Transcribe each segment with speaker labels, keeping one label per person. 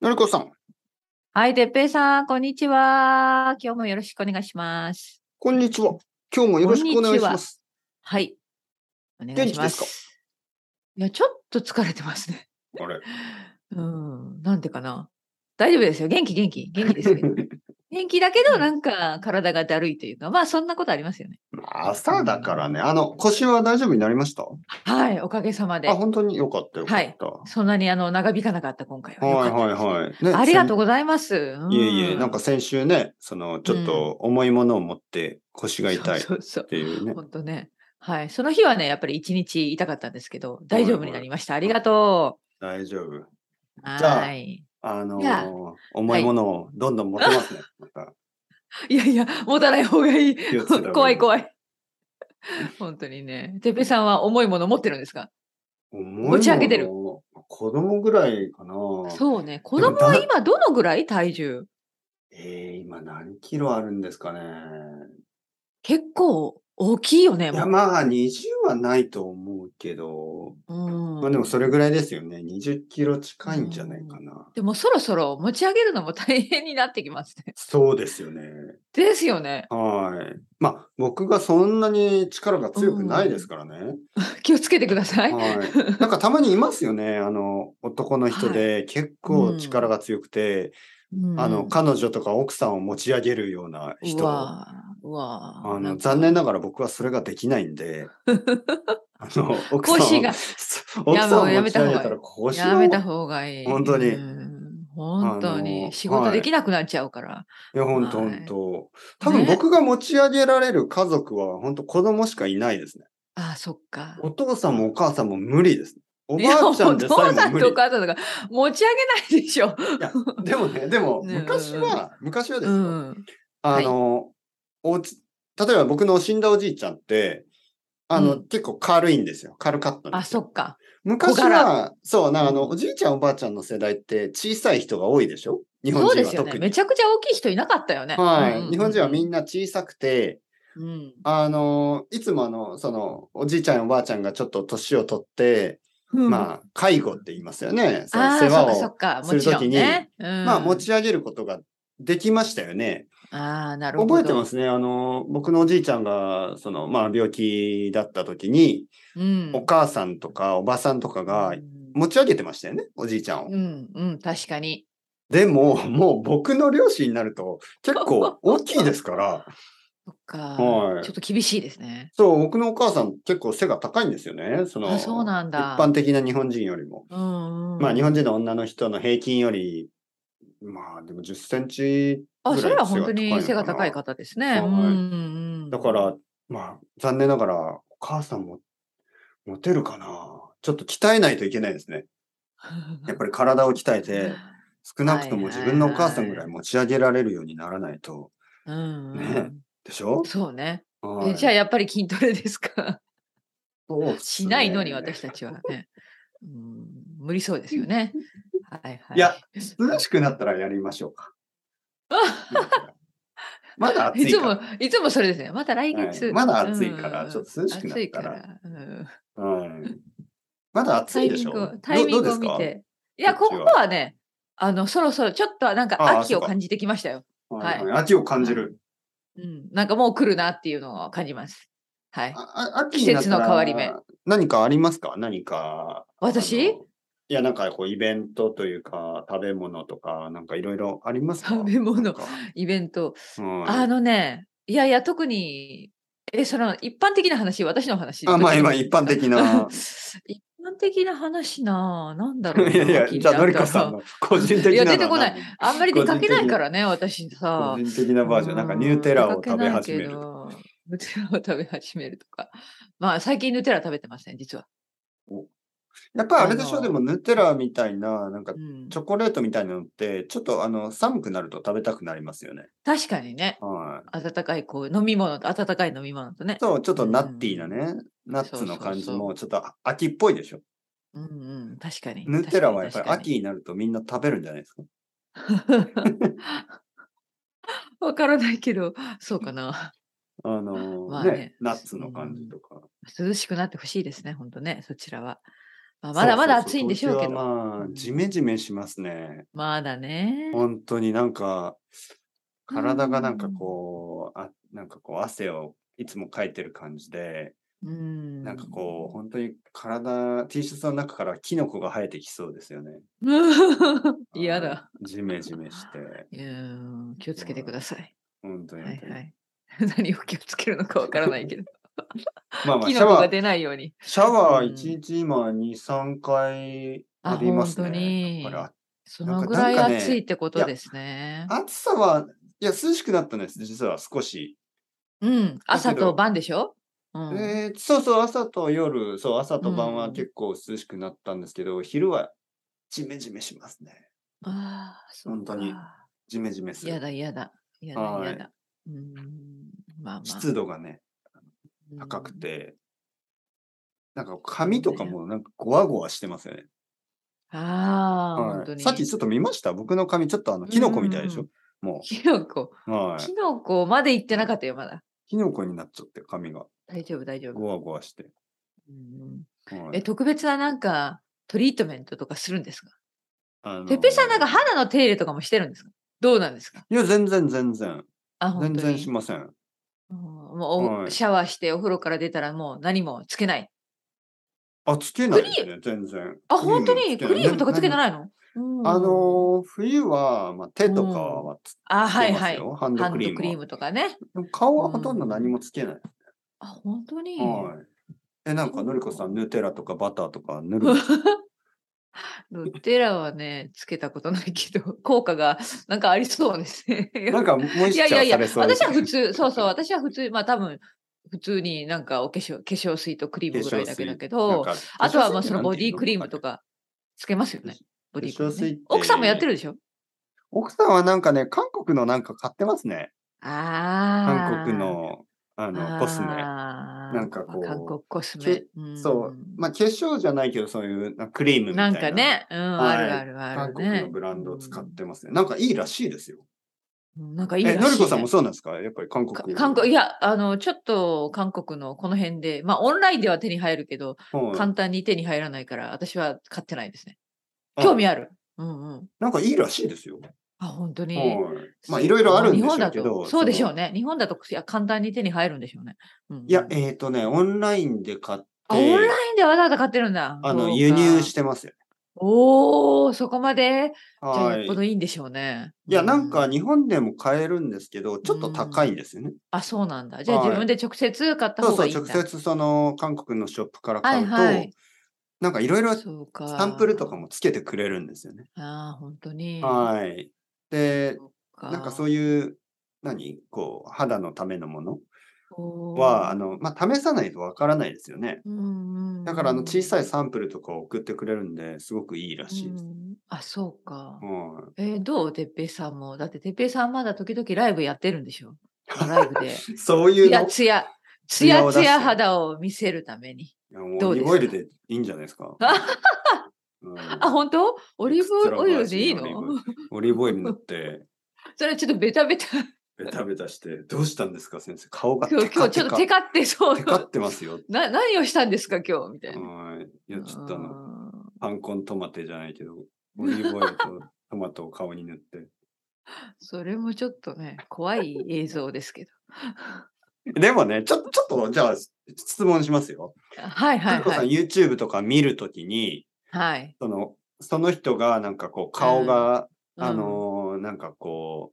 Speaker 1: のりこさん、
Speaker 2: はい、てっぺいさん、こんにちは。今日もよろしくお願いします。
Speaker 1: こんにちは。今日もよろしくお願いします。
Speaker 2: はい。お願いしま。
Speaker 1: 元気です
Speaker 2: いや、ちょっと疲れてますね。
Speaker 1: あれ。
Speaker 2: うん、なんでかな。大丈夫ですよ。元気、元気、元気ですよ。 元気だけど、なんか体がだるいというか、まあ、そんなことありますよね。
Speaker 1: 朝だからね、あの、腰は大丈夫になりました
Speaker 2: はい、おかげさまで
Speaker 1: あ、。本当によかったよかった。は
Speaker 2: そんなにあの長引かなかった、今回は。
Speaker 1: い、
Speaker 2: よ
Speaker 1: はい、
Speaker 2: かったです
Speaker 1: はい。ね
Speaker 2: ありがとうございます。うん
Speaker 1: いえいえ、なんか先週ね、その、ちょっと重いものを持って腰が痛いっ
Speaker 2: そうそうそう
Speaker 1: ていうね。
Speaker 2: 本当ね。はい。その日はね、やっぱり一日痛かったんですけど、大丈夫になりました。ありがと
Speaker 1: 大丈夫。
Speaker 2: う。
Speaker 1: ゃあ
Speaker 2: はい。
Speaker 1: あの
Speaker 2: じゃあ
Speaker 1: ー、重いものをどんどん持てますね。また
Speaker 2: いやいや、持たない方がいい
Speaker 1: 気をつけた方がい。い
Speaker 2: 怖い怖い。本当にね。てっぺいさんは重いもの持ってるんですか
Speaker 1: 重い
Speaker 2: 持ち上げてる
Speaker 1: もの子供ぐらいかな。
Speaker 2: そうね。子
Speaker 1: も
Speaker 2: 供は
Speaker 1: だ
Speaker 2: 今どのぐらい体重
Speaker 1: えー、今何キロあるんですかね。
Speaker 2: 結構大きいよね。
Speaker 1: いや、
Speaker 2: も
Speaker 1: まあ、20はないと思うけど、
Speaker 2: ううん
Speaker 1: まあでもそれぐらいですよね。20キロ近いんじゃないかな。
Speaker 2: でもそろそろ持ち上げるのも大変になって きますね。
Speaker 1: そうですよね。
Speaker 2: ですよね。
Speaker 1: はい。まあ、僕がそんなに力が強くないですからね。
Speaker 2: 気をつけてください。
Speaker 1: はい。 なんかたまにいますよね。あの、男の人で結構力が強くて、
Speaker 2: うん
Speaker 1: あの、彼女とか奥さんを持ち上げるような人。
Speaker 2: う
Speaker 1: あ
Speaker 2: わぁうわぁな
Speaker 1: の、
Speaker 2: んか
Speaker 1: 残念ながら僕はそれができないん で、あの、奥さんを、
Speaker 2: 腰が
Speaker 1: 奥さんを
Speaker 2: いやもうや
Speaker 1: 持
Speaker 2: め
Speaker 1: ち
Speaker 2: た方
Speaker 1: 上
Speaker 2: がいい
Speaker 1: げたら腰
Speaker 2: やめた
Speaker 1: が
Speaker 2: 方がいい。
Speaker 1: 本当に
Speaker 2: うん本当
Speaker 1: あの
Speaker 2: に。仕事できなくなっちゃうから。
Speaker 1: いや、ほんとほんと。多分僕が持ち上げられる家族は、ほんと子供しかいないですね。
Speaker 2: ああ、そっか。
Speaker 1: お父さんもお母さんも無理ですね。おばあちゃんでさ
Speaker 2: いやお父
Speaker 1: え
Speaker 2: さ
Speaker 1: も
Speaker 2: ん
Speaker 1: 無
Speaker 2: と
Speaker 1: 理
Speaker 2: お。母さんとか持ち上げないでしょ。
Speaker 1: いやでもね、でも、
Speaker 2: ね
Speaker 1: 昔は、昔はです
Speaker 2: う
Speaker 1: よ、
Speaker 2: ん。
Speaker 1: あの、おうち例えば僕の死んだおじいちゃんって、あの、
Speaker 2: うん
Speaker 1: 結構軽いんですよ。軽かったん
Speaker 2: あ、
Speaker 1: ですよ
Speaker 2: そっか。
Speaker 1: 昔
Speaker 2: 小
Speaker 1: は、そう、なんかあ
Speaker 2: う
Speaker 1: の、
Speaker 2: ん
Speaker 1: おじいちゃんおばあちゃんの世代って小さい人が多いでしょ日本
Speaker 2: そう
Speaker 1: 人
Speaker 2: で
Speaker 1: は
Speaker 2: すよね。
Speaker 1: 特
Speaker 2: め
Speaker 1: に。
Speaker 2: ちゃくちゃ大きい人いなかったよね。
Speaker 1: はい、
Speaker 2: うん
Speaker 1: 日本人はみ
Speaker 2: うん
Speaker 1: な小さくて、
Speaker 2: うん。
Speaker 1: あの、いつもあの、その、おじいちゃんおばあちゃんがちょっと年を取って、
Speaker 2: うん
Speaker 1: まあ、介護って言いますよね。そ
Speaker 2: あ
Speaker 1: の
Speaker 2: あ、
Speaker 1: 世話を、
Speaker 2: そっか、そっか。
Speaker 1: す
Speaker 2: も
Speaker 1: る
Speaker 2: ちろ
Speaker 1: 時
Speaker 2: ん
Speaker 1: に
Speaker 2: ね。うん
Speaker 1: まあ、持ち上げることができましたよね。
Speaker 2: ああ、なるほど。。
Speaker 1: 覚えてますすね。あの、僕のおじいちゃんが、その、まあ、病気だった時に、
Speaker 2: うん。
Speaker 1: お母さんとかおばさんとかが
Speaker 2: うん
Speaker 1: 持ち上げてましたよね、おじいちゃんを。
Speaker 2: うん、うん、確かに。
Speaker 1: でも、もう僕の両親になると、結構大きいですから、
Speaker 2: そっか、
Speaker 1: はい
Speaker 2: ちょっと厳しいですね。
Speaker 1: そう、僕のお母さん結構背が高いんですよね。その、
Speaker 2: あそうなんだ
Speaker 1: 一般的な日本人よりも。
Speaker 2: うん、うん。
Speaker 1: まあ日本人の女の人の平均より、まあでも10センチ
Speaker 2: あ、
Speaker 1: ぐ
Speaker 2: そ
Speaker 1: らい
Speaker 2: れは本当に背が高い
Speaker 1: のか
Speaker 2: 方ですね。
Speaker 1: はい
Speaker 2: うん うんうん
Speaker 1: な。だから、まあ残念ながらお母さんもモテるかな。ちょっと鍛えないといけないですね。やっぱり体を鍛えて、少なくとも自分のお母さんぐらい持ち上げられるようにならないと。
Speaker 2: うんうん
Speaker 1: ねでしょ、
Speaker 2: そうね。
Speaker 1: は
Speaker 2: え
Speaker 1: い、
Speaker 2: じゃあやっぱり筋トレですか
Speaker 1: そうっすね
Speaker 2: しないのに私たちはね。うん、無理そうですよね。はいはい。
Speaker 1: いや、涼しくなったらやりましょう か。まだ暑
Speaker 2: い
Speaker 1: い
Speaker 2: つ
Speaker 1: から。
Speaker 2: も、いつもそれですね。また来月。
Speaker 1: はいまだ暑いから
Speaker 2: うん
Speaker 1: ちょっと涼しくなったら
Speaker 2: 暑いからうん
Speaker 1: うん まだ暑
Speaker 2: タ
Speaker 1: い
Speaker 2: イ
Speaker 1: で
Speaker 2: ミ
Speaker 1: し
Speaker 2: ン
Speaker 1: ょ
Speaker 2: グを、タイミングを
Speaker 1: どど
Speaker 2: 見。
Speaker 1: うですか
Speaker 2: て。いや、
Speaker 1: こっ
Speaker 2: こ
Speaker 1: ち
Speaker 2: こ
Speaker 1: は
Speaker 2: はね、あの、そろそろちょっとはなん
Speaker 1: あ
Speaker 2: か
Speaker 1: あ
Speaker 2: 秋
Speaker 1: そ
Speaker 2: を
Speaker 1: うか
Speaker 2: 感じてきましたよ。
Speaker 1: はい
Speaker 2: はい
Speaker 1: はい秋を感じる。
Speaker 2: うん、なんかもう来るなっていうのを感じます。はい。
Speaker 1: ああ秋になったら
Speaker 2: 季節の変わり目。
Speaker 1: 何かありますか何か。
Speaker 2: 私
Speaker 1: あのいや、なんかこう、イベントというか、食べ物とか、なんかいろいろありますか
Speaker 2: 食べ物
Speaker 1: なんか
Speaker 2: イベント。
Speaker 1: うん
Speaker 2: あのね、いやいや、特に、え、その一般的な話、私の話。
Speaker 1: あ、まあ
Speaker 2: どっ
Speaker 1: 今、
Speaker 2: ち
Speaker 1: 一般的な。
Speaker 2: 一般的な話な、なんだ
Speaker 1: い
Speaker 2: ろうな。
Speaker 1: やい
Speaker 2: 秋
Speaker 1: や、
Speaker 2: に
Speaker 1: じゃあ、
Speaker 2: な
Speaker 1: の
Speaker 2: っ
Speaker 1: り
Speaker 2: たら
Speaker 1: こさんの個人的な。。
Speaker 2: いや出てこないあんまり出かけないからね、私
Speaker 1: 個
Speaker 2: さ。
Speaker 1: 人的なバージョン。なんか、ニューテラを食べ始め
Speaker 2: う
Speaker 1: る。
Speaker 2: ん。出かけないけどヌテラを食べ始めるとか。まあ、最近ヌテラ食べてません、実は。
Speaker 1: やっぱりあれでし
Speaker 2: あ
Speaker 1: ょ
Speaker 2: の
Speaker 1: でも、ヌテラみたいな、なんか
Speaker 2: う、ん
Speaker 1: チョコレートみたいなのって、ちょっとあの、寒くなると食べたくなりますよね。
Speaker 2: 確かにね、
Speaker 1: はい。
Speaker 2: 温かいこう飲み物と、温かい飲み物とね。
Speaker 1: そう、ちょっとナッティーなね、ナッツ
Speaker 2: そ
Speaker 1: の
Speaker 2: うそう
Speaker 1: 感じ
Speaker 2: そう
Speaker 1: もちょっと秋っぽいでしょ。
Speaker 2: うんうん、確かに。
Speaker 1: ヌテラはやっぱり
Speaker 2: 確か
Speaker 1: 秋
Speaker 2: に。
Speaker 1: になるとみんな食べるんじゃないですか。
Speaker 2: 確かにわからないけど、そうかな。
Speaker 1: あのー
Speaker 2: まあ
Speaker 1: ね
Speaker 2: ね
Speaker 1: ナッツの感じとか。
Speaker 2: 涼しくなってほしいですね、本当ね、そちらは。まあ、まだまだ暑いんでしょうけど。
Speaker 1: そうそうそう東京はまあ、ジメジメしますね。
Speaker 2: まだね。
Speaker 1: 本当になんか、体がなんかこう、あなんかこう汗をいつもかいてる感じで、
Speaker 2: うん。
Speaker 1: なんかこう、本当に体、T シャツの中からキノコが生えてきそうですよね。
Speaker 2: う。 嫌だ。
Speaker 1: ジメジメして、
Speaker 2: いやー気をつけてください。
Speaker 1: 本当に
Speaker 2: は
Speaker 1: 本
Speaker 2: い
Speaker 1: 当に。
Speaker 2: はい。 何を気をつけるのかわからないけど。
Speaker 1: ま あまあ、
Speaker 2: キ
Speaker 1: シ
Speaker 2: ノ
Speaker 1: ャ
Speaker 2: コ
Speaker 1: ワ
Speaker 2: が
Speaker 1: ー、
Speaker 2: 出ないように。
Speaker 1: シャワ
Speaker 2: うん
Speaker 1: ー1日今2、3回
Speaker 2: あ
Speaker 1: 浴びますね。
Speaker 2: 本当に
Speaker 1: だから
Speaker 2: そ
Speaker 1: なん
Speaker 2: の
Speaker 1: か
Speaker 2: ぐらい
Speaker 1: なんかね
Speaker 2: 暑いってこと
Speaker 1: いや
Speaker 2: ですね。
Speaker 1: 暑さは、いや、涼しくなったんです、実は少し。
Speaker 2: うん。朝
Speaker 1: だけど
Speaker 2: と晩でしょうん。
Speaker 1: えーそうそう、朝と夜、そう、朝と晩
Speaker 2: う
Speaker 1: は
Speaker 2: ん
Speaker 1: 結構涼しくなったんですけど、昼はジメジメしますね。
Speaker 2: ああ、そう
Speaker 1: 本当に
Speaker 2: か
Speaker 1: ジメジメす
Speaker 2: 嫌
Speaker 1: る。
Speaker 2: だ、嫌だ。嫌だ、
Speaker 1: はい
Speaker 2: 嫌だ。うーん。まあまあ。
Speaker 1: 湿度がね、
Speaker 2: うん
Speaker 1: 高く。て、なんか髪とかもなんかゴワゴワしてますよね。
Speaker 2: ああ、
Speaker 1: はい
Speaker 2: 本当に。
Speaker 1: さっきちょっと見ました僕の髪ちょっとあの、キノコみたいでしょ、も
Speaker 2: キノコ、
Speaker 1: う。はい
Speaker 2: キ。ノコまで行ってなかったよ、まだ。
Speaker 1: キノコになっちゃって髪が
Speaker 2: 大丈夫、大丈夫。
Speaker 1: ゴワゴワして。
Speaker 2: うん
Speaker 1: はい
Speaker 2: え、特別ななんか、トリートメントとかするんですか
Speaker 1: あのー
Speaker 2: てっぺいさんなんか肌の手入れとかもしてるんですかどうなんですか
Speaker 1: いや、全然全然。
Speaker 2: あ、本
Speaker 1: 全
Speaker 2: 当
Speaker 1: 然
Speaker 2: に。
Speaker 1: しません。
Speaker 2: うんもうお、
Speaker 1: はい
Speaker 2: シャワーしてお風呂から出たらもう何もつけない。
Speaker 1: あ、つけないですね、全然。
Speaker 2: あ、本当に
Speaker 1: ク
Speaker 2: ク
Speaker 1: リ
Speaker 2: リ
Speaker 1: ームつけな
Speaker 2: ーム
Speaker 1: い
Speaker 2: とかつけてないの、うん
Speaker 1: あのー冬は、まあ、手とかはつ
Speaker 2: あ、
Speaker 1: け
Speaker 2: はい
Speaker 1: ま
Speaker 2: は
Speaker 1: す
Speaker 2: い。
Speaker 1: よ、ハンド
Speaker 2: ハン
Speaker 1: ク
Speaker 2: ド
Speaker 1: リームは
Speaker 2: クリームとかね。
Speaker 1: でも顔はほとんど何もつけない。
Speaker 2: あ、本当に、
Speaker 1: はい。え、なんか、のりこさん、ヌテラとかバターとか塗る んですか
Speaker 2: ルッテラはね、つけたことないけど、効果がなんかありそうですね。
Speaker 1: なんか、もう
Speaker 2: い
Speaker 1: 一
Speaker 2: やいやい
Speaker 1: 丁
Speaker 2: や、
Speaker 1: されそ
Speaker 2: 私
Speaker 1: うです
Speaker 2: は普通、そうそう、私は普通、まあ多分、普通になんかお化粧、化粧水とクリームぐらいだけだけど、あとはまあそのボディークリームと。かつけますよね。ボディークリーム
Speaker 1: 化粧水っ
Speaker 2: ね、
Speaker 1: て
Speaker 2: 奥さんもやってるでし
Speaker 1: な
Speaker 2: ょ
Speaker 1: んか化粧水ってなんていうの奥さんはなんかね、韓国のなんか買ってますね。
Speaker 2: ああ。
Speaker 1: 韓国の、あの、コスメ。
Speaker 2: あー
Speaker 1: なんかこう
Speaker 2: まあ韓国コスメ
Speaker 1: け。そう。まあ、化粧じゃないけど、そういうなんかクリームみた
Speaker 2: ない
Speaker 1: な。
Speaker 2: んか。ね、うん、
Speaker 1: はい
Speaker 2: あるあるあ
Speaker 1: 韓
Speaker 2: る、ね。
Speaker 1: 国のブランドを使ってますね。なんかいいらしいですよ。
Speaker 2: うん。なんかいいらし
Speaker 1: え、
Speaker 2: い、
Speaker 1: のりこさんもそうなんですかやっぱり韓
Speaker 2: か
Speaker 1: 国。
Speaker 2: 韓国、いや、あの、ちょっと韓国のこの辺で、まあオンラインでは手に入るけど、
Speaker 1: はい
Speaker 2: 簡単に手に入らないから、私は買ってないですね。
Speaker 1: あ
Speaker 2: 興味ある。うんうん。
Speaker 1: なんかいいらしいですよ。
Speaker 2: あ、本当に。
Speaker 1: はい。まあ、いろいろあるんでしょうけ
Speaker 2: 日本だ
Speaker 1: ど。
Speaker 2: とそうでしょう
Speaker 1: ね。
Speaker 2: ね。日本だといや簡単に手に入るんでしょうね。うんうん
Speaker 1: いや、えっ、とね、オンラインで買って、
Speaker 2: あオンラインでわざわざ買ってるんだ。
Speaker 1: あの、
Speaker 2: そうか
Speaker 1: 輸入してますよ。
Speaker 2: おお、そこまで。じゃあ
Speaker 1: は
Speaker 2: よっ
Speaker 1: い。
Speaker 2: ぽど
Speaker 1: い
Speaker 2: いいんでしょうね。
Speaker 1: や、
Speaker 2: う
Speaker 1: なんか日本でも買えるんですけど、ちょっと高いんですよね。
Speaker 2: あ、そうなんだ。じゃあ
Speaker 1: はい
Speaker 2: 自分で直接買った
Speaker 1: そ
Speaker 2: 方
Speaker 1: うそ
Speaker 2: が
Speaker 1: う、
Speaker 2: いいんだ。
Speaker 1: 直接その韓国のショップから買うと、
Speaker 2: はいはい
Speaker 1: なんかいろいろス
Speaker 2: そうか。
Speaker 1: タンプルとか。もつけてくれるんですよね。
Speaker 2: ああ、本当に。
Speaker 1: はい。で、
Speaker 2: い
Speaker 1: なんかそう
Speaker 2: いう
Speaker 1: いう、何こう、肌のためのもの
Speaker 2: う
Speaker 1: は、あ、の、まあ、試さないとわからないですよね。
Speaker 2: うんうん、
Speaker 1: だから、あの、小さ
Speaker 2: い
Speaker 1: いサンプルとかを送ってくれるんで、すごくいいらしいです。
Speaker 2: あ、そうか。
Speaker 1: はい
Speaker 2: えーどうてっぺいさんも。だっててっぺいさんまだ時々ライブやってるんでしょライブで。
Speaker 1: そういう
Speaker 2: つ
Speaker 1: の
Speaker 2: やつや、つや
Speaker 1: 艶を出
Speaker 2: つ
Speaker 1: して
Speaker 2: や肌を見せるために。
Speaker 1: いやもう
Speaker 2: ど
Speaker 1: オ
Speaker 2: う
Speaker 1: リー
Speaker 2: で
Speaker 1: ブ
Speaker 2: す
Speaker 1: オイルで
Speaker 2: か
Speaker 1: いいんじゃないですか。うん
Speaker 2: あ、本当オリー
Speaker 1: エクスト
Speaker 2: ブ
Speaker 1: ラ
Speaker 2: オイルでいい
Speaker 1: バージンオリ
Speaker 2: の
Speaker 1: ーオリーブオイル塗って、
Speaker 2: それちょっとベタ ベタ。
Speaker 1: ベタベタ して、どうしたんですか、先生。顔が
Speaker 2: 今日、
Speaker 1: テ
Speaker 2: 今
Speaker 1: カ
Speaker 2: 日ちょっと
Speaker 1: テ
Speaker 2: テカってそう。
Speaker 1: カってます よ。
Speaker 2: な何をしたんですか今日みたいな。
Speaker 1: はい。いや、ちょっとあの、
Speaker 2: あー
Speaker 1: パンコントマテじゃないけ ど、オリーブオイルとトマトを顔に塗って。
Speaker 2: それもちょっとね、怖い映像ですけど。
Speaker 1: でもね、ちょっと、ちょっと、じゃあ、質問しますよ。
Speaker 2: はいはい
Speaker 1: のりこさ
Speaker 2: は
Speaker 1: ん、
Speaker 2: い。
Speaker 1: YouTube とか見るときに、
Speaker 2: はい。
Speaker 1: その、その人が、なんかこう、顔が、
Speaker 2: うん
Speaker 1: あ、のーなんかこ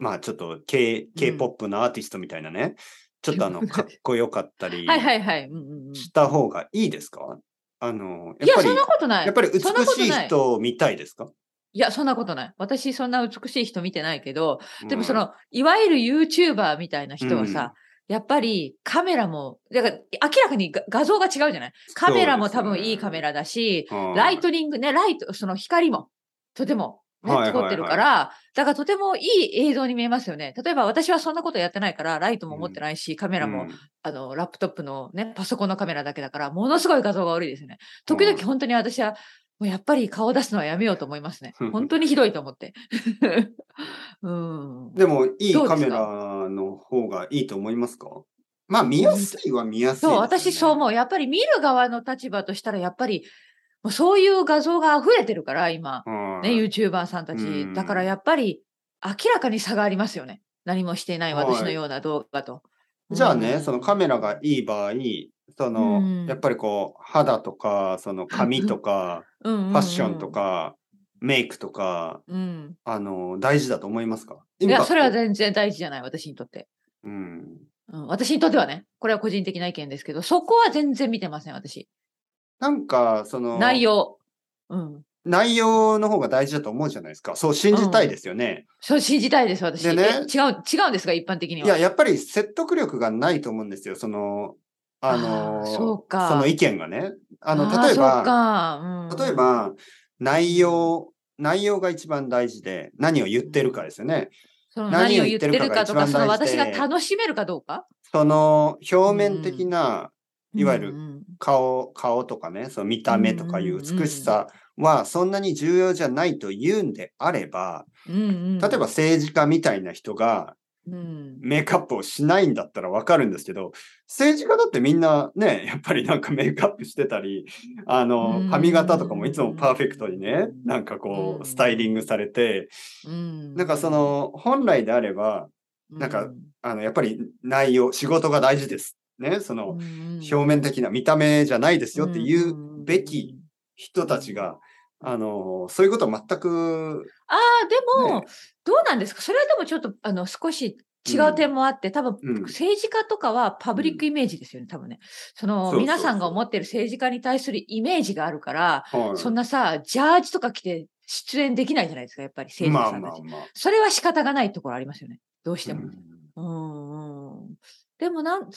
Speaker 1: う、まあちょっと K、K-POP のアーティストみたいなね、ちょっとあの、かっこよかったり
Speaker 2: はいはいはい。うんうんうん、い
Speaker 1: した方がいいですか、あのーやっ
Speaker 2: や、
Speaker 1: ぱり
Speaker 2: そんなことない。
Speaker 1: やっぱり美
Speaker 2: そんなこと
Speaker 1: しい
Speaker 2: ない
Speaker 1: 人を見たいですか
Speaker 2: いや、そんなことない。私、そんな美しい人見てないけど、でもそ、の、いわゆる YouTuber みたいな人はさ、やっぱりカメラも、だから明らかにが画像が違うじゃないカメラも多分いいカメラだし、
Speaker 1: うん
Speaker 2: ライトニングね、ライト、その光もとても、ね
Speaker 1: はいはいはい
Speaker 2: 通ってるから、だからとてもいい映像に見えますよね。例えば私はそんなことやってないから、ライトも持ってないし、カメラも、
Speaker 1: うん
Speaker 2: あの、ラップトップのね、パソコンのカメラだけだから、ものすごい画像が悪いですよね。時々
Speaker 1: うん
Speaker 2: 本当に私は、もうやっぱり顔を出すのはやめようと思います ね。本当にひどいと思って。 うん。
Speaker 1: でも、いい
Speaker 2: どう
Speaker 1: カ
Speaker 2: です
Speaker 1: メ
Speaker 2: か
Speaker 1: ラの方がいいと思いますかまあ見やすいは見やすいです
Speaker 2: そ
Speaker 1: よね、
Speaker 2: う、私そう思う。やっぱり見る側の立場としたら、やっぱりもうそういう画像が溢れてるから、今、
Speaker 1: うん
Speaker 2: ね、YouTuber さんた
Speaker 1: うん
Speaker 2: ち。だからやっぱり、明らかに差がありますよね。何もしていない
Speaker 1: はい
Speaker 2: 私のような動画と。
Speaker 1: じゃあ
Speaker 2: う
Speaker 1: ね、
Speaker 2: ん
Speaker 1: そのカメラがいい場合、その、
Speaker 2: うん
Speaker 1: やっぱりこう、肌とか、その髪とか、
Speaker 2: うんうんうん
Speaker 1: ファッションと。か、メイクとか、
Speaker 2: うん。
Speaker 1: あの、大事だと思いますか
Speaker 2: いや、それは
Speaker 1: ね。
Speaker 2: 全然大事じゃない、私にとって。
Speaker 1: うん。
Speaker 2: うん、私にとってはね、これは個人的な意見ですけど、そこは全然見てません、私。
Speaker 1: なんか、その、
Speaker 2: 内容。うん。
Speaker 1: 内容の方が大事だと思うじゃないですか。そう信じたいですよね。
Speaker 2: そう信じたいです、私。
Speaker 1: でね
Speaker 2: え違う、違うんですが、一般的に
Speaker 1: いや、
Speaker 2: は。
Speaker 1: やっぱり説得力がないと思うんですよ。その、あの、
Speaker 2: あーそうか
Speaker 1: その意見がね。あの、
Speaker 2: ー
Speaker 1: 例え
Speaker 2: そう
Speaker 1: ば、
Speaker 2: かうん
Speaker 1: 例えば、内容、内容が一番大事で、何を言ってるかですよね。
Speaker 2: その
Speaker 1: 何
Speaker 2: 何
Speaker 1: を
Speaker 2: を
Speaker 1: 言っ
Speaker 2: 言ってて
Speaker 1: る
Speaker 2: る
Speaker 1: かが
Speaker 2: か
Speaker 1: 一
Speaker 2: と
Speaker 1: 番
Speaker 2: か、その
Speaker 1: 大事
Speaker 2: 私
Speaker 1: で
Speaker 2: が楽しめるかどうか。
Speaker 1: その表面的なうんいわゆる
Speaker 2: うんうん
Speaker 1: 顔、顔とかね、その見た目とかいう美しさはそんなに重要じゃないと言うんであれば、
Speaker 2: うんうん、
Speaker 1: 例えば、政治家みたいな人が
Speaker 2: うん、
Speaker 1: メイクアップをしないんだったらわかるんですけど、政治家だってみんなね、やっぱりなんかメイクアップしてたり、あ
Speaker 2: う
Speaker 1: の、
Speaker 2: ん
Speaker 1: 髪型とかもいつもパーフェクトにね、なんかこう、
Speaker 2: うん
Speaker 1: スタイリングされて、
Speaker 2: うん、
Speaker 1: なんかその、本来であれば、
Speaker 2: うん、
Speaker 1: なんかあの、やっぱり内容、仕事が大事です。ね、その、表面的な見た目じゃないですよって言うべき人たちが、あの、そういうことは全く、
Speaker 2: ああ、でも、
Speaker 1: ね
Speaker 2: どうなんですかそれはでもちょっと、あの、少し違う点もあって、多分、
Speaker 1: うん
Speaker 2: 政治家とかはパブリックイメージですよね、多分ね。
Speaker 1: そ
Speaker 2: そ
Speaker 1: う
Speaker 2: の、
Speaker 1: そう
Speaker 2: 皆さんが
Speaker 1: そう
Speaker 2: 思ってる政治家に対するイメージがあるから、
Speaker 1: はい
Speaker 2: そんなさ、ジャージとか着て出演できないじゃないですか、やっぱり政治
Speaker 1: ま
Speaker 2: 家
Speaker 1: あ
Speaker 2: さんた
Speaker 1: ま
Speaker 2: ち。
Speaker 1: あまあ。
Speaker 2: それは仕方がないところありますよね。どうしても。
Speaker 1: うん
Speaker 2: うんうんでもなん、ど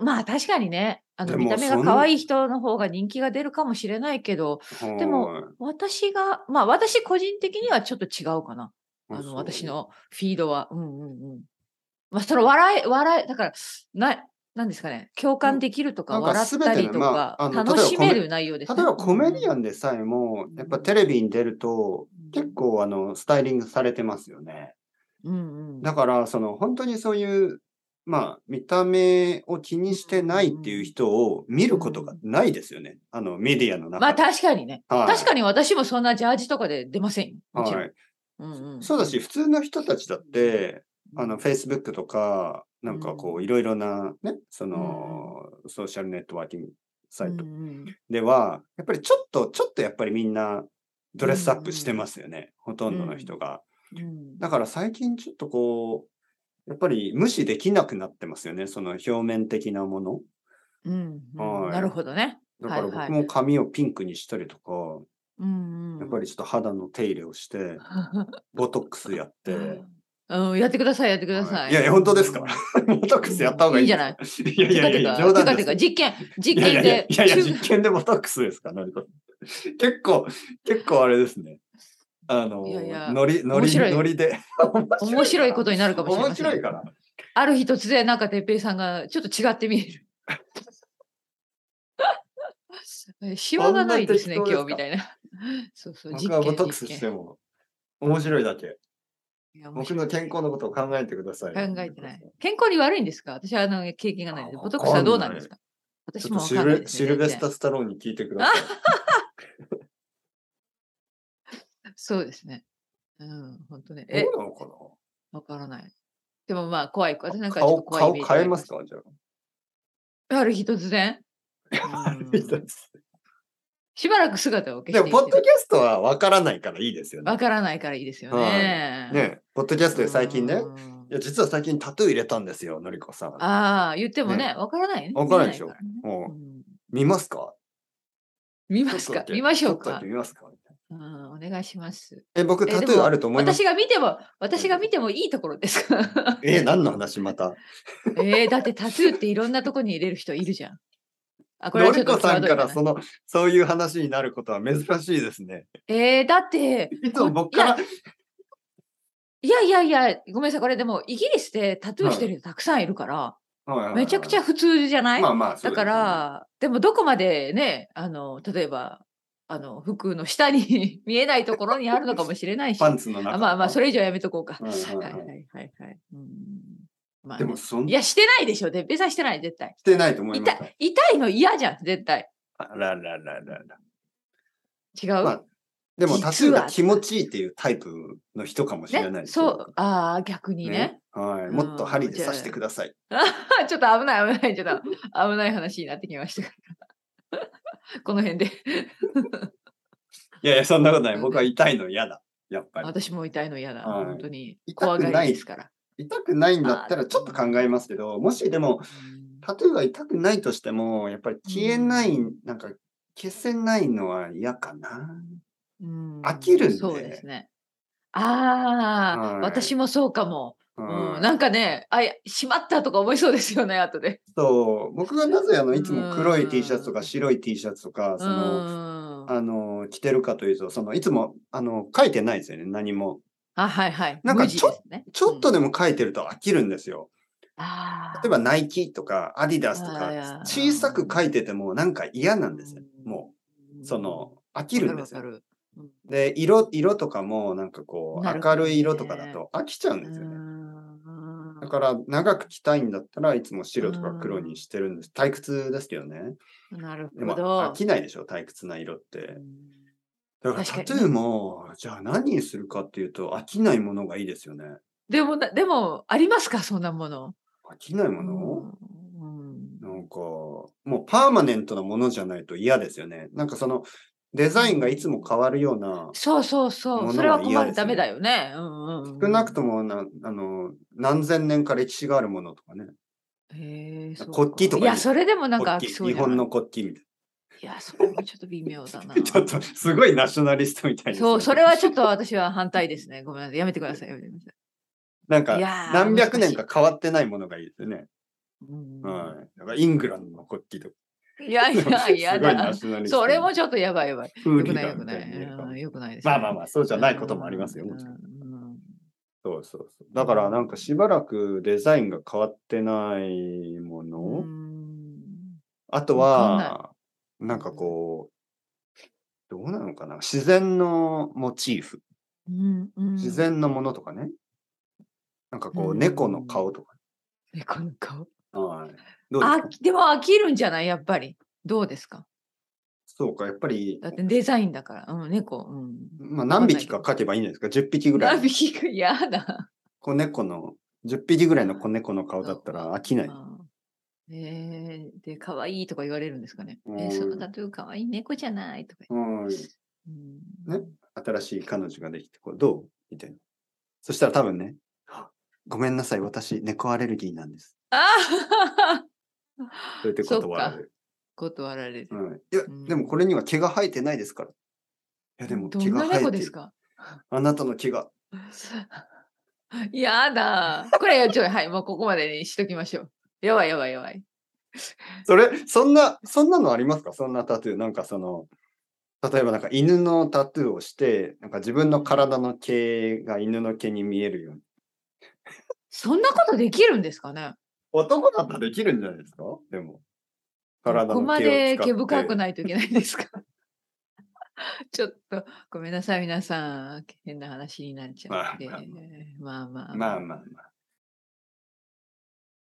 Speaker 2: う、まあ確かにね、あ
Speaker 1: で
Speaker 2: の
Speaker 1: も
Speaker 2: 見た目
Speaker 1: そ
Speaker 2: が
Speaker 1: ん
Speaker 2: 可愛い人の方が人気が出るかもしれないけど、でも
Speaker 1: はい
Speaker 2: 私が、まあ私個人的にはちょっと違うかな。あ
Speaker 1: そう
Speaker 2: の、私のフィードは。うんうんうん。まあその笑い、笑い、だから、な、なんですかね、共感できるとか、
Speaker 1: なんか
Speaker 2: 笑ったり
Speaker 1: 全て
Speaker 2: と
Speaker 1: の
Speaker 2: か、
Speaker 1: まああの
Speaker 2: 楽しめる内容です、
Speaker 1: 例え
Speaker 2: ね。
Speaker 1: ばコメディア
Speaker 2: ン、
Speaker 1: ンでさえも、やっぱテレビに出ると、結構あの、スタイリングされてますよね。
Speaker 2: うんうん、
Speaker 1: だから、その、本当にそういう、まあ、見た目を気にしてないっていう人を見ることがないですよね。あの、メディアの中で。
Speaker 2: まあ確かにね、
Speaker 1: はい
Speaker 2: 確かに私もそんなジャージとかで出ませんよ。もちろん。
Speaker 1: はい。
Speaker 2: うんうん、
Speaker 1: そうだし、、普通の人たちだって、あの、Facebook とか、なんかこう、いろいろなね、その、ソーシャルネットワーキングサイト
Speaker 2: うんうん
Speaker 1: では、やっぱりちょっと、ちょっとやっぱりみんなドレスアップしてますよね。ほとんどの人が。
Speaker 2: うん
Speaker 1: だから最近ちょっとこう、やっぱり無視できなくなってますよね。その表面的なもの。
Speaker 2: うんうん
Speaker 1: はい
Speaker 2: なるほどね。
Speaker 1: だから
Speaker 2: はいは
Speaker 1: 僕
Speaker 2: い
Speaker 1: も髪をピンクにしたりとか、
Speaker 2: うんうん、
Speaker 1: やっぱりちょっと肌の手入れをして、ボトックスや って。
Speaker 2: うん、やってください、やってください。
Speaker 1: いやいや本当ですか ボトックスやった方がいい。
Speaker 2: いいんじゃない
Speaker 1: いやいやいや、
Speaker 2: てか
Speaker 1: 冗
Speaker 2: てか、
Speaker 1: 談で
Speaker 2: てか、
Speaker 1: す。
Speaker 2: 実験、
Speaker 1: い
Speaker 2: 実
Speaker 1: やい
Speaker 2: 験
Speaker 1: やい
Speaker 2: で。
Speaker 1: やいや、
Speaker 2: 中
Speaker 1: 実験でボトックスですか、のりこさん結構、結構あれですね。あの、
Speaker 2: いやいや
Speaker 1: ノリ、ノ
Speaker 2: 面
Speaker 1: リ、
Speaker 2: 白い
Speaker 1: ノリで。
Speaker 2: 面白いことになるかもしれ
Speaker 1: 面
Speaker 2: ませんよ
Speaker 1: 白いから。
Speaker 2: ある日突然、なんか、てっぺいさんが、ちょっと違って見える。 えシワがないですね、
Speaker 1: そん
Speaker 2: 今
Speaker 1: な
Speaker 2: 日
Speaker 1: 適当ですか
Speaker 2: みたいな。そうそう、実
Speaker 1: 僕はボ
Speaker 2: 験。
Speaker 1: トックス
Speaker 2: 実
Speaker 1: し
Speaker 2: 験
Speaker 1: ても、面白いだけ。
Speaker 2: いや面
Speaker 1: 僕
Speaker 2: 白い
Speaker 1: の健康のことを考えてください。
Speaker 2: 考えてない。健康に悪いんですか私はあの経験がないので。
Speaker 1: あ
Speaker 2: ボトックスはどうなんですか
Speaker 1: ち
Speaker 2: 私
Speaker 1: ょっ
Speaker 2: も
Speaker 1: と
Speaker 2: わ
Speaker 1: シ
Speaker 2: かんない
Speaker 1: ル
Speaker 2: です
Speaker 1: シ
Speaker 2: ね
Speaker 1: ルベ
Speaker 2: 全
Speaker 1: ス
Speaker 2: 然
Speaker 1: タ・スタローンに聞いてください。
Speaker 2: そうですね。うん、本当ね。
Speaker 1: ど
Speaker 2: え、
Speaker 1: うなのか
Speaker 2: わからない。でもまあ、怖い。私なん
Speaker 1: な
Speaker 2: かちょ
Speaker 1: 顔、
Speaker 2: っと怖い
Speaker 1: 顔
Speaker 2: イメージ
Speaker 1: 変えます
Speaker 2: か
Speaker 1: かじゃあ。
Speaker 2: ある日突 然。うんしばらく姿を消
Speaker 1: で
Speaker 2: し
Speaker 1: も、ポッ
Speaker 2: て生
Speaker 1: ド
Speaker 2: き
Speaker 1: キ
Speaker 2: て
Speaker 1: ャ
Speaker 2: る。
Speaker 1: ストは分からないからいいですよね
Speaker 2: わ。からないからいいですよ
Speaker 1: は
Speaker 2: ね。
Speaker 1: ねポッドキャストで最近ね
Speaker 2: う、ん
Speaker 1: いや、実は最近タトゥー入れたんですよ、のりこさん。
Speaker 2: ああ、言ってもね、わからないね。
Speaker 1: わからないでしょ
Speaker 2: 見えからね
Speaker 1: もう
Speaker 2: うん
Speaker 1: 見ますか
Speaker 2: 見ます
Speaker 1: ちょっ
Speaker 2: か
Speaker 1: とだけ
Speaker 2: 見ましょ
Speaker 1: ち
Speaker 2: う
Speaker 1: ょっとだ
Speaker 2: か
Speaker 1: け見ますか
Speaker 2: うんお願いします。
Speaker 1: え、僕
Speaker 2: え
Speaker 1: タト
Speaker 2: で
Speaker 1: ゥー
Speaker 2: も
Speaker 1: あると思います。
Speaker 2: 私が見ても、私が見てもいいところです か
Speaker 1: え、何の話また。
Speaker 2: えー、だってタトゥーっていろんなとこに入れる人いるじゃん。あ、これ
Speaker 1: の
Speaker 2: はちょ
Speaker 1: り
Speaker 2: っと
Speaker 1: こさんか
Speaker 2: 際
Speaker 1: ら
Speaker 2: どいか
Speaker 1: そ
Speaker 2: な
Speaker 1: の、そういう話になることは珍しいですね。
Speaker 2: えー、だって、
Speaker 1: いつも僕から、
Speaker 2: いやいやいや、ごめんなさい、これでもイギリスでタトゥーしてる人たくさんいるから、
Speaker 1: はいはいはい
Speaker 2: めちゃくちゃ、普通じゃない、
Speaker 1: まあまあ、そうですね
Speaker 2: だから、でもどこまでね、あの、例えば、あの、服の下に 見えないところにあるのかもしれないし、
Speaker 1: パ
Speaker 2: あ
Speaker 1: ンツの中。
Speaker 2: まあまあ、それ以上やめとこうか。
Speaker 1: はいはい
Speaker 2: は
Speaker 1: はいい
Speaker 2: はいはいはい。うんまあ
Speaker 1: でも、そん
Speaker 2: い
Speaker 1: なし
Speaker 2: や、してないでしょ、で、べさんしてない、絶対。
Speaker 1: てないと思います。
Speaker 2: 痛い痛いの嫌じゃん、絶対。
Speaker 1: あららららら。
Speaker 2: 違う、
Speaker 1: まあでも、
Speaker 2: 実は
Speaker 1: タトゥーが気持ちいいっていうタイプの人かもしれない
Speaker 2: ね、
Speaker 1: です
Speaker 2: そう、ああ、逆にね。
Speaker 1: はい。
Speaker 2: うん
Speaker 1: もっと針で刺してください。
Speaker 2: ちょっと危ない危ない、ちょっと危ない話になってきました から。この辺で。
Speaker 1: いやいや、そんなことない。僕は痛いの嫌だ。やっぱり。
Speaker 2: 私も痛いの嫌だ。
Speaker 1: はい
Speaker 2: 本当に。
Speaker 1: 痛く
Speaker 2: 怖が
Speaker 1: な
Speaker 2: り
Speaker 1: い
Speaker 2: ですから。
Speaker 1: 痛くないんだったらちょっと考えますけど、もしでも、
Speaker 2: うん
Speaker 1: タトゥーが痛くないとしても、やっぱり消えない、なんか消せないのは嫌かな。
Speaker 2: うん
Speaker 1: 飽きるんで
Speaker 2: そうですね。ああ、
Speaker 1: はい
Speaker 2: 私もそうかも、
Speaker 1: は
Speaker 2: う
Speaker 1: い
Speaker 2: ん。なんかね、あ、いしまったとか思いそうですよね、後で。
Speaker 1: そう、僕がなぜあの、いつも黒
Speaker 2: う
Speaker 1: い
Speaker 2: ん
Speaker 1: T シャツとか白い T シャツとか、その、
Speaker 2: うん
Speaker 1: あの、着てるかというと、その、いつも、あの、書いてないですよね、何も。
Speaker 2: あ、はいはい。
Speaker 1: なんか
Speaker 2: 無地ですね
Speaker 1: ちょっとで
Speaker 2: も、
Speaker 1: も書いてると飽きるんですよ。
Speaker 2: ああ
Speaker 1: 例えば、ナイキとか、アディダスと
Speaker 2: あーいや
Speaker 1: か、小さく書いててもなんか嫌なんですよ。
Speaker 2: うん
Speaker 1: も
Speaker 2: う
Speaker 1: う、
Speaker 2: ん
Speaker 1: その、飽きるんです
Speaker 2: わか
Speaker 1: よ。
Speaker 2: るわかる
Speaker 1: で、色、色とかも、なんかこう、
Speaker 2: なるほど
Speaker 1: 明
Speaker 2: ね
Speaker 1: るい色とかだと飽きちゃうんですよね。だから、長く着たいんだったらいつも白とか黒にしてるんです。退屈ですけどね。
Speaker 2: うんなる
Speaker 1: で
Speaker 2: ほ
Speaker 1: も、
Speaker 2: ど。
Speaker 1: 飽きないでしょ、退屈な色って。だから、
Speaker 2: 確か
Speaker 1: タ
Speaker 2: に
Speaker 1: トゥーも、じゃあ何にするかっていうと、飽きないものがいいですよね。
Speaker 2: でもな、でも、ありますかそんなもの。
Speaker 1: 飽きないもの、
Speaker 2: うん
Speaker 1: なんか、もうパーマネントなものじゃないと嫌ですよね。なんかその、デザインがいつも変わるような、
Speaker 2: そうそうそう。
Speaker 1: も
Speaker 2: そ
Speaker 1: の
Speaker 2: れは
Speaker 1: は
Speaker 2: 困
Speaker 1: 嫌
Speaker 2: る。
Speaker 1: ですね
Speaker 2: ダメだよね。うんうんうん、
Speaker 1: 少なくともな、あの、何千年か歴史があるものとかね。
Speaker 2: へえそう
Speaker 1: 国旗とか
Speaker 2: い
Speaker 1: に
Speaker 2: や、それでもなんか飽
Speaker 1: 国
Speaker 2: き
Speaker 1: 旗
Speaker 2: そう
Speaker 1: 日
Speaker 2: じゃな
Speaker 1: 本
Speaker 2: い
Speaker 1: の国旗みた
Speaker 2: いや、それもちょっと微妙だな。
Speaker 1: いな。 ちょっと、すごいナショナリストみたいですね
Speaker 2: そう、それはちょっと私は反対ですね。ごめんなさい。やめてください。やめてください。
Speaker 1: なんか
Speaker 2: いやー、
Speaker 1: 何百年か変わってないものがいいですよね。
Speaker 2: うん
Speaker 1: はい。だから、イングランドの国旗とか。
Speaker 2: い やいや、
Speaker 1: すごい
Speaker 2: 嫌
Speaker 1: ナ
Speaker 2: だ。
Speaker 1: ショナリストな
Speaker 2: それもちょっとやばいやばい。
Speaker 1: 風
Speaker 2: よく
Speaker 1: 鈴
Speaker 2: ない
Speaker 1: だ
Speaker 2: よく
Speaker 1: みた
Speaker 2: ない
Speaker 1: に
Speaker 2: い。
Speaker 1: ね
Speaker 2: うんよくないですね、
Speaker 1: まあまあまあ、そうじゃないこともありますよ。
Speaker 2: うん
Speaker 1: もちろん
Speaker 2: うん
Speaker 1: そうそうそう。だから、なんかしばらくデザインが変わってないもの、
Speaker 2: うん
Speaker 1: あとは、なんかこう、どうなのかな自然のモチーフ。
Speaker 2: うんうん
Speaker 1: 自然のものとかね。なんかこう、
Speaker 2: うん
Speaker 1: 猫の顔とか。
Speaker 2: 猫の顔
Speaker 1: はい。どうです
Speaker 2: あ
Speaker 1: か
Speaker 2: でも飽きるんじゃないやっぱりどうですか
Speaker 1: そうか、やっぱり
Speaker 2: だ、ってデザインだから、うん、猫、うん、
Speaker 1: まあ何匹か描けばいいんじゃないですか ?10 匹ぐら
Speaker 2: 何
Speaker 1: い。
Speaker 2: 匹か嫌だ、
Speaker 1: 子猫の、10匹ぐらいの子猫の顔だったら飽きない。
Speaker 2: あーえー、で可愛いとか言われるんですかね、え
Speaker 1: うん
Speaker 2: ー、そのタトゥー可愛い猫じゃないとか、
Speaker 1: はい。
Speaker 2: うん
Speaker 1: ね新しい彼女ができて、こうどうみたいな。そしたら多分ね、ごめんなさい、私、猫アレルギーなんです。
Speaker 2: ああ
Speaker 1: そうやって断られる。
Speaker 2: 断られる
Speaker 1: はい、いや、
Speaker 2: うん
Speaker 1: でもこれには毛が生えてないですから。いや、でも
Speaker 2: ど
Speaker 1: 毛
Speaker 2: ん
Speaker 1: が
Speaker 2: な
Speaker 1: 生
Speaker 2: 猫
Speaker 1: えて
Speaker 2: です
Speaker 1: る。
Speaker 2: か
Speaker 1: あなたの毛が。
Speaker 2: やだこれちょっとはいもうここまでにしときましょうやばいやばいやばい
Speaker 1: それ、そんな、そんなのありますかそんなタトゥー。なんかその、例えばなんか犬のタトゥーをして、なんか自分の体の毛が犬の毛に見えるように。
Speaker 2: そんなことできるんですかね
Speaker 1: 男だったらできるんじゃないですかでも。体の毛
Speaker 2: ここ
Speaker 1: を
Speaker 2: まで毛深く
Speaker 1: い。
Speaker 2: ないといけないんですか ちょっとごめんなさい皆さん変な話になっちゃって
Speaker 1: まあまあ
Speaker 2: ま
Speaker 1: まあ
Speaker 2: あまあ
Speaker 1: まあまあ。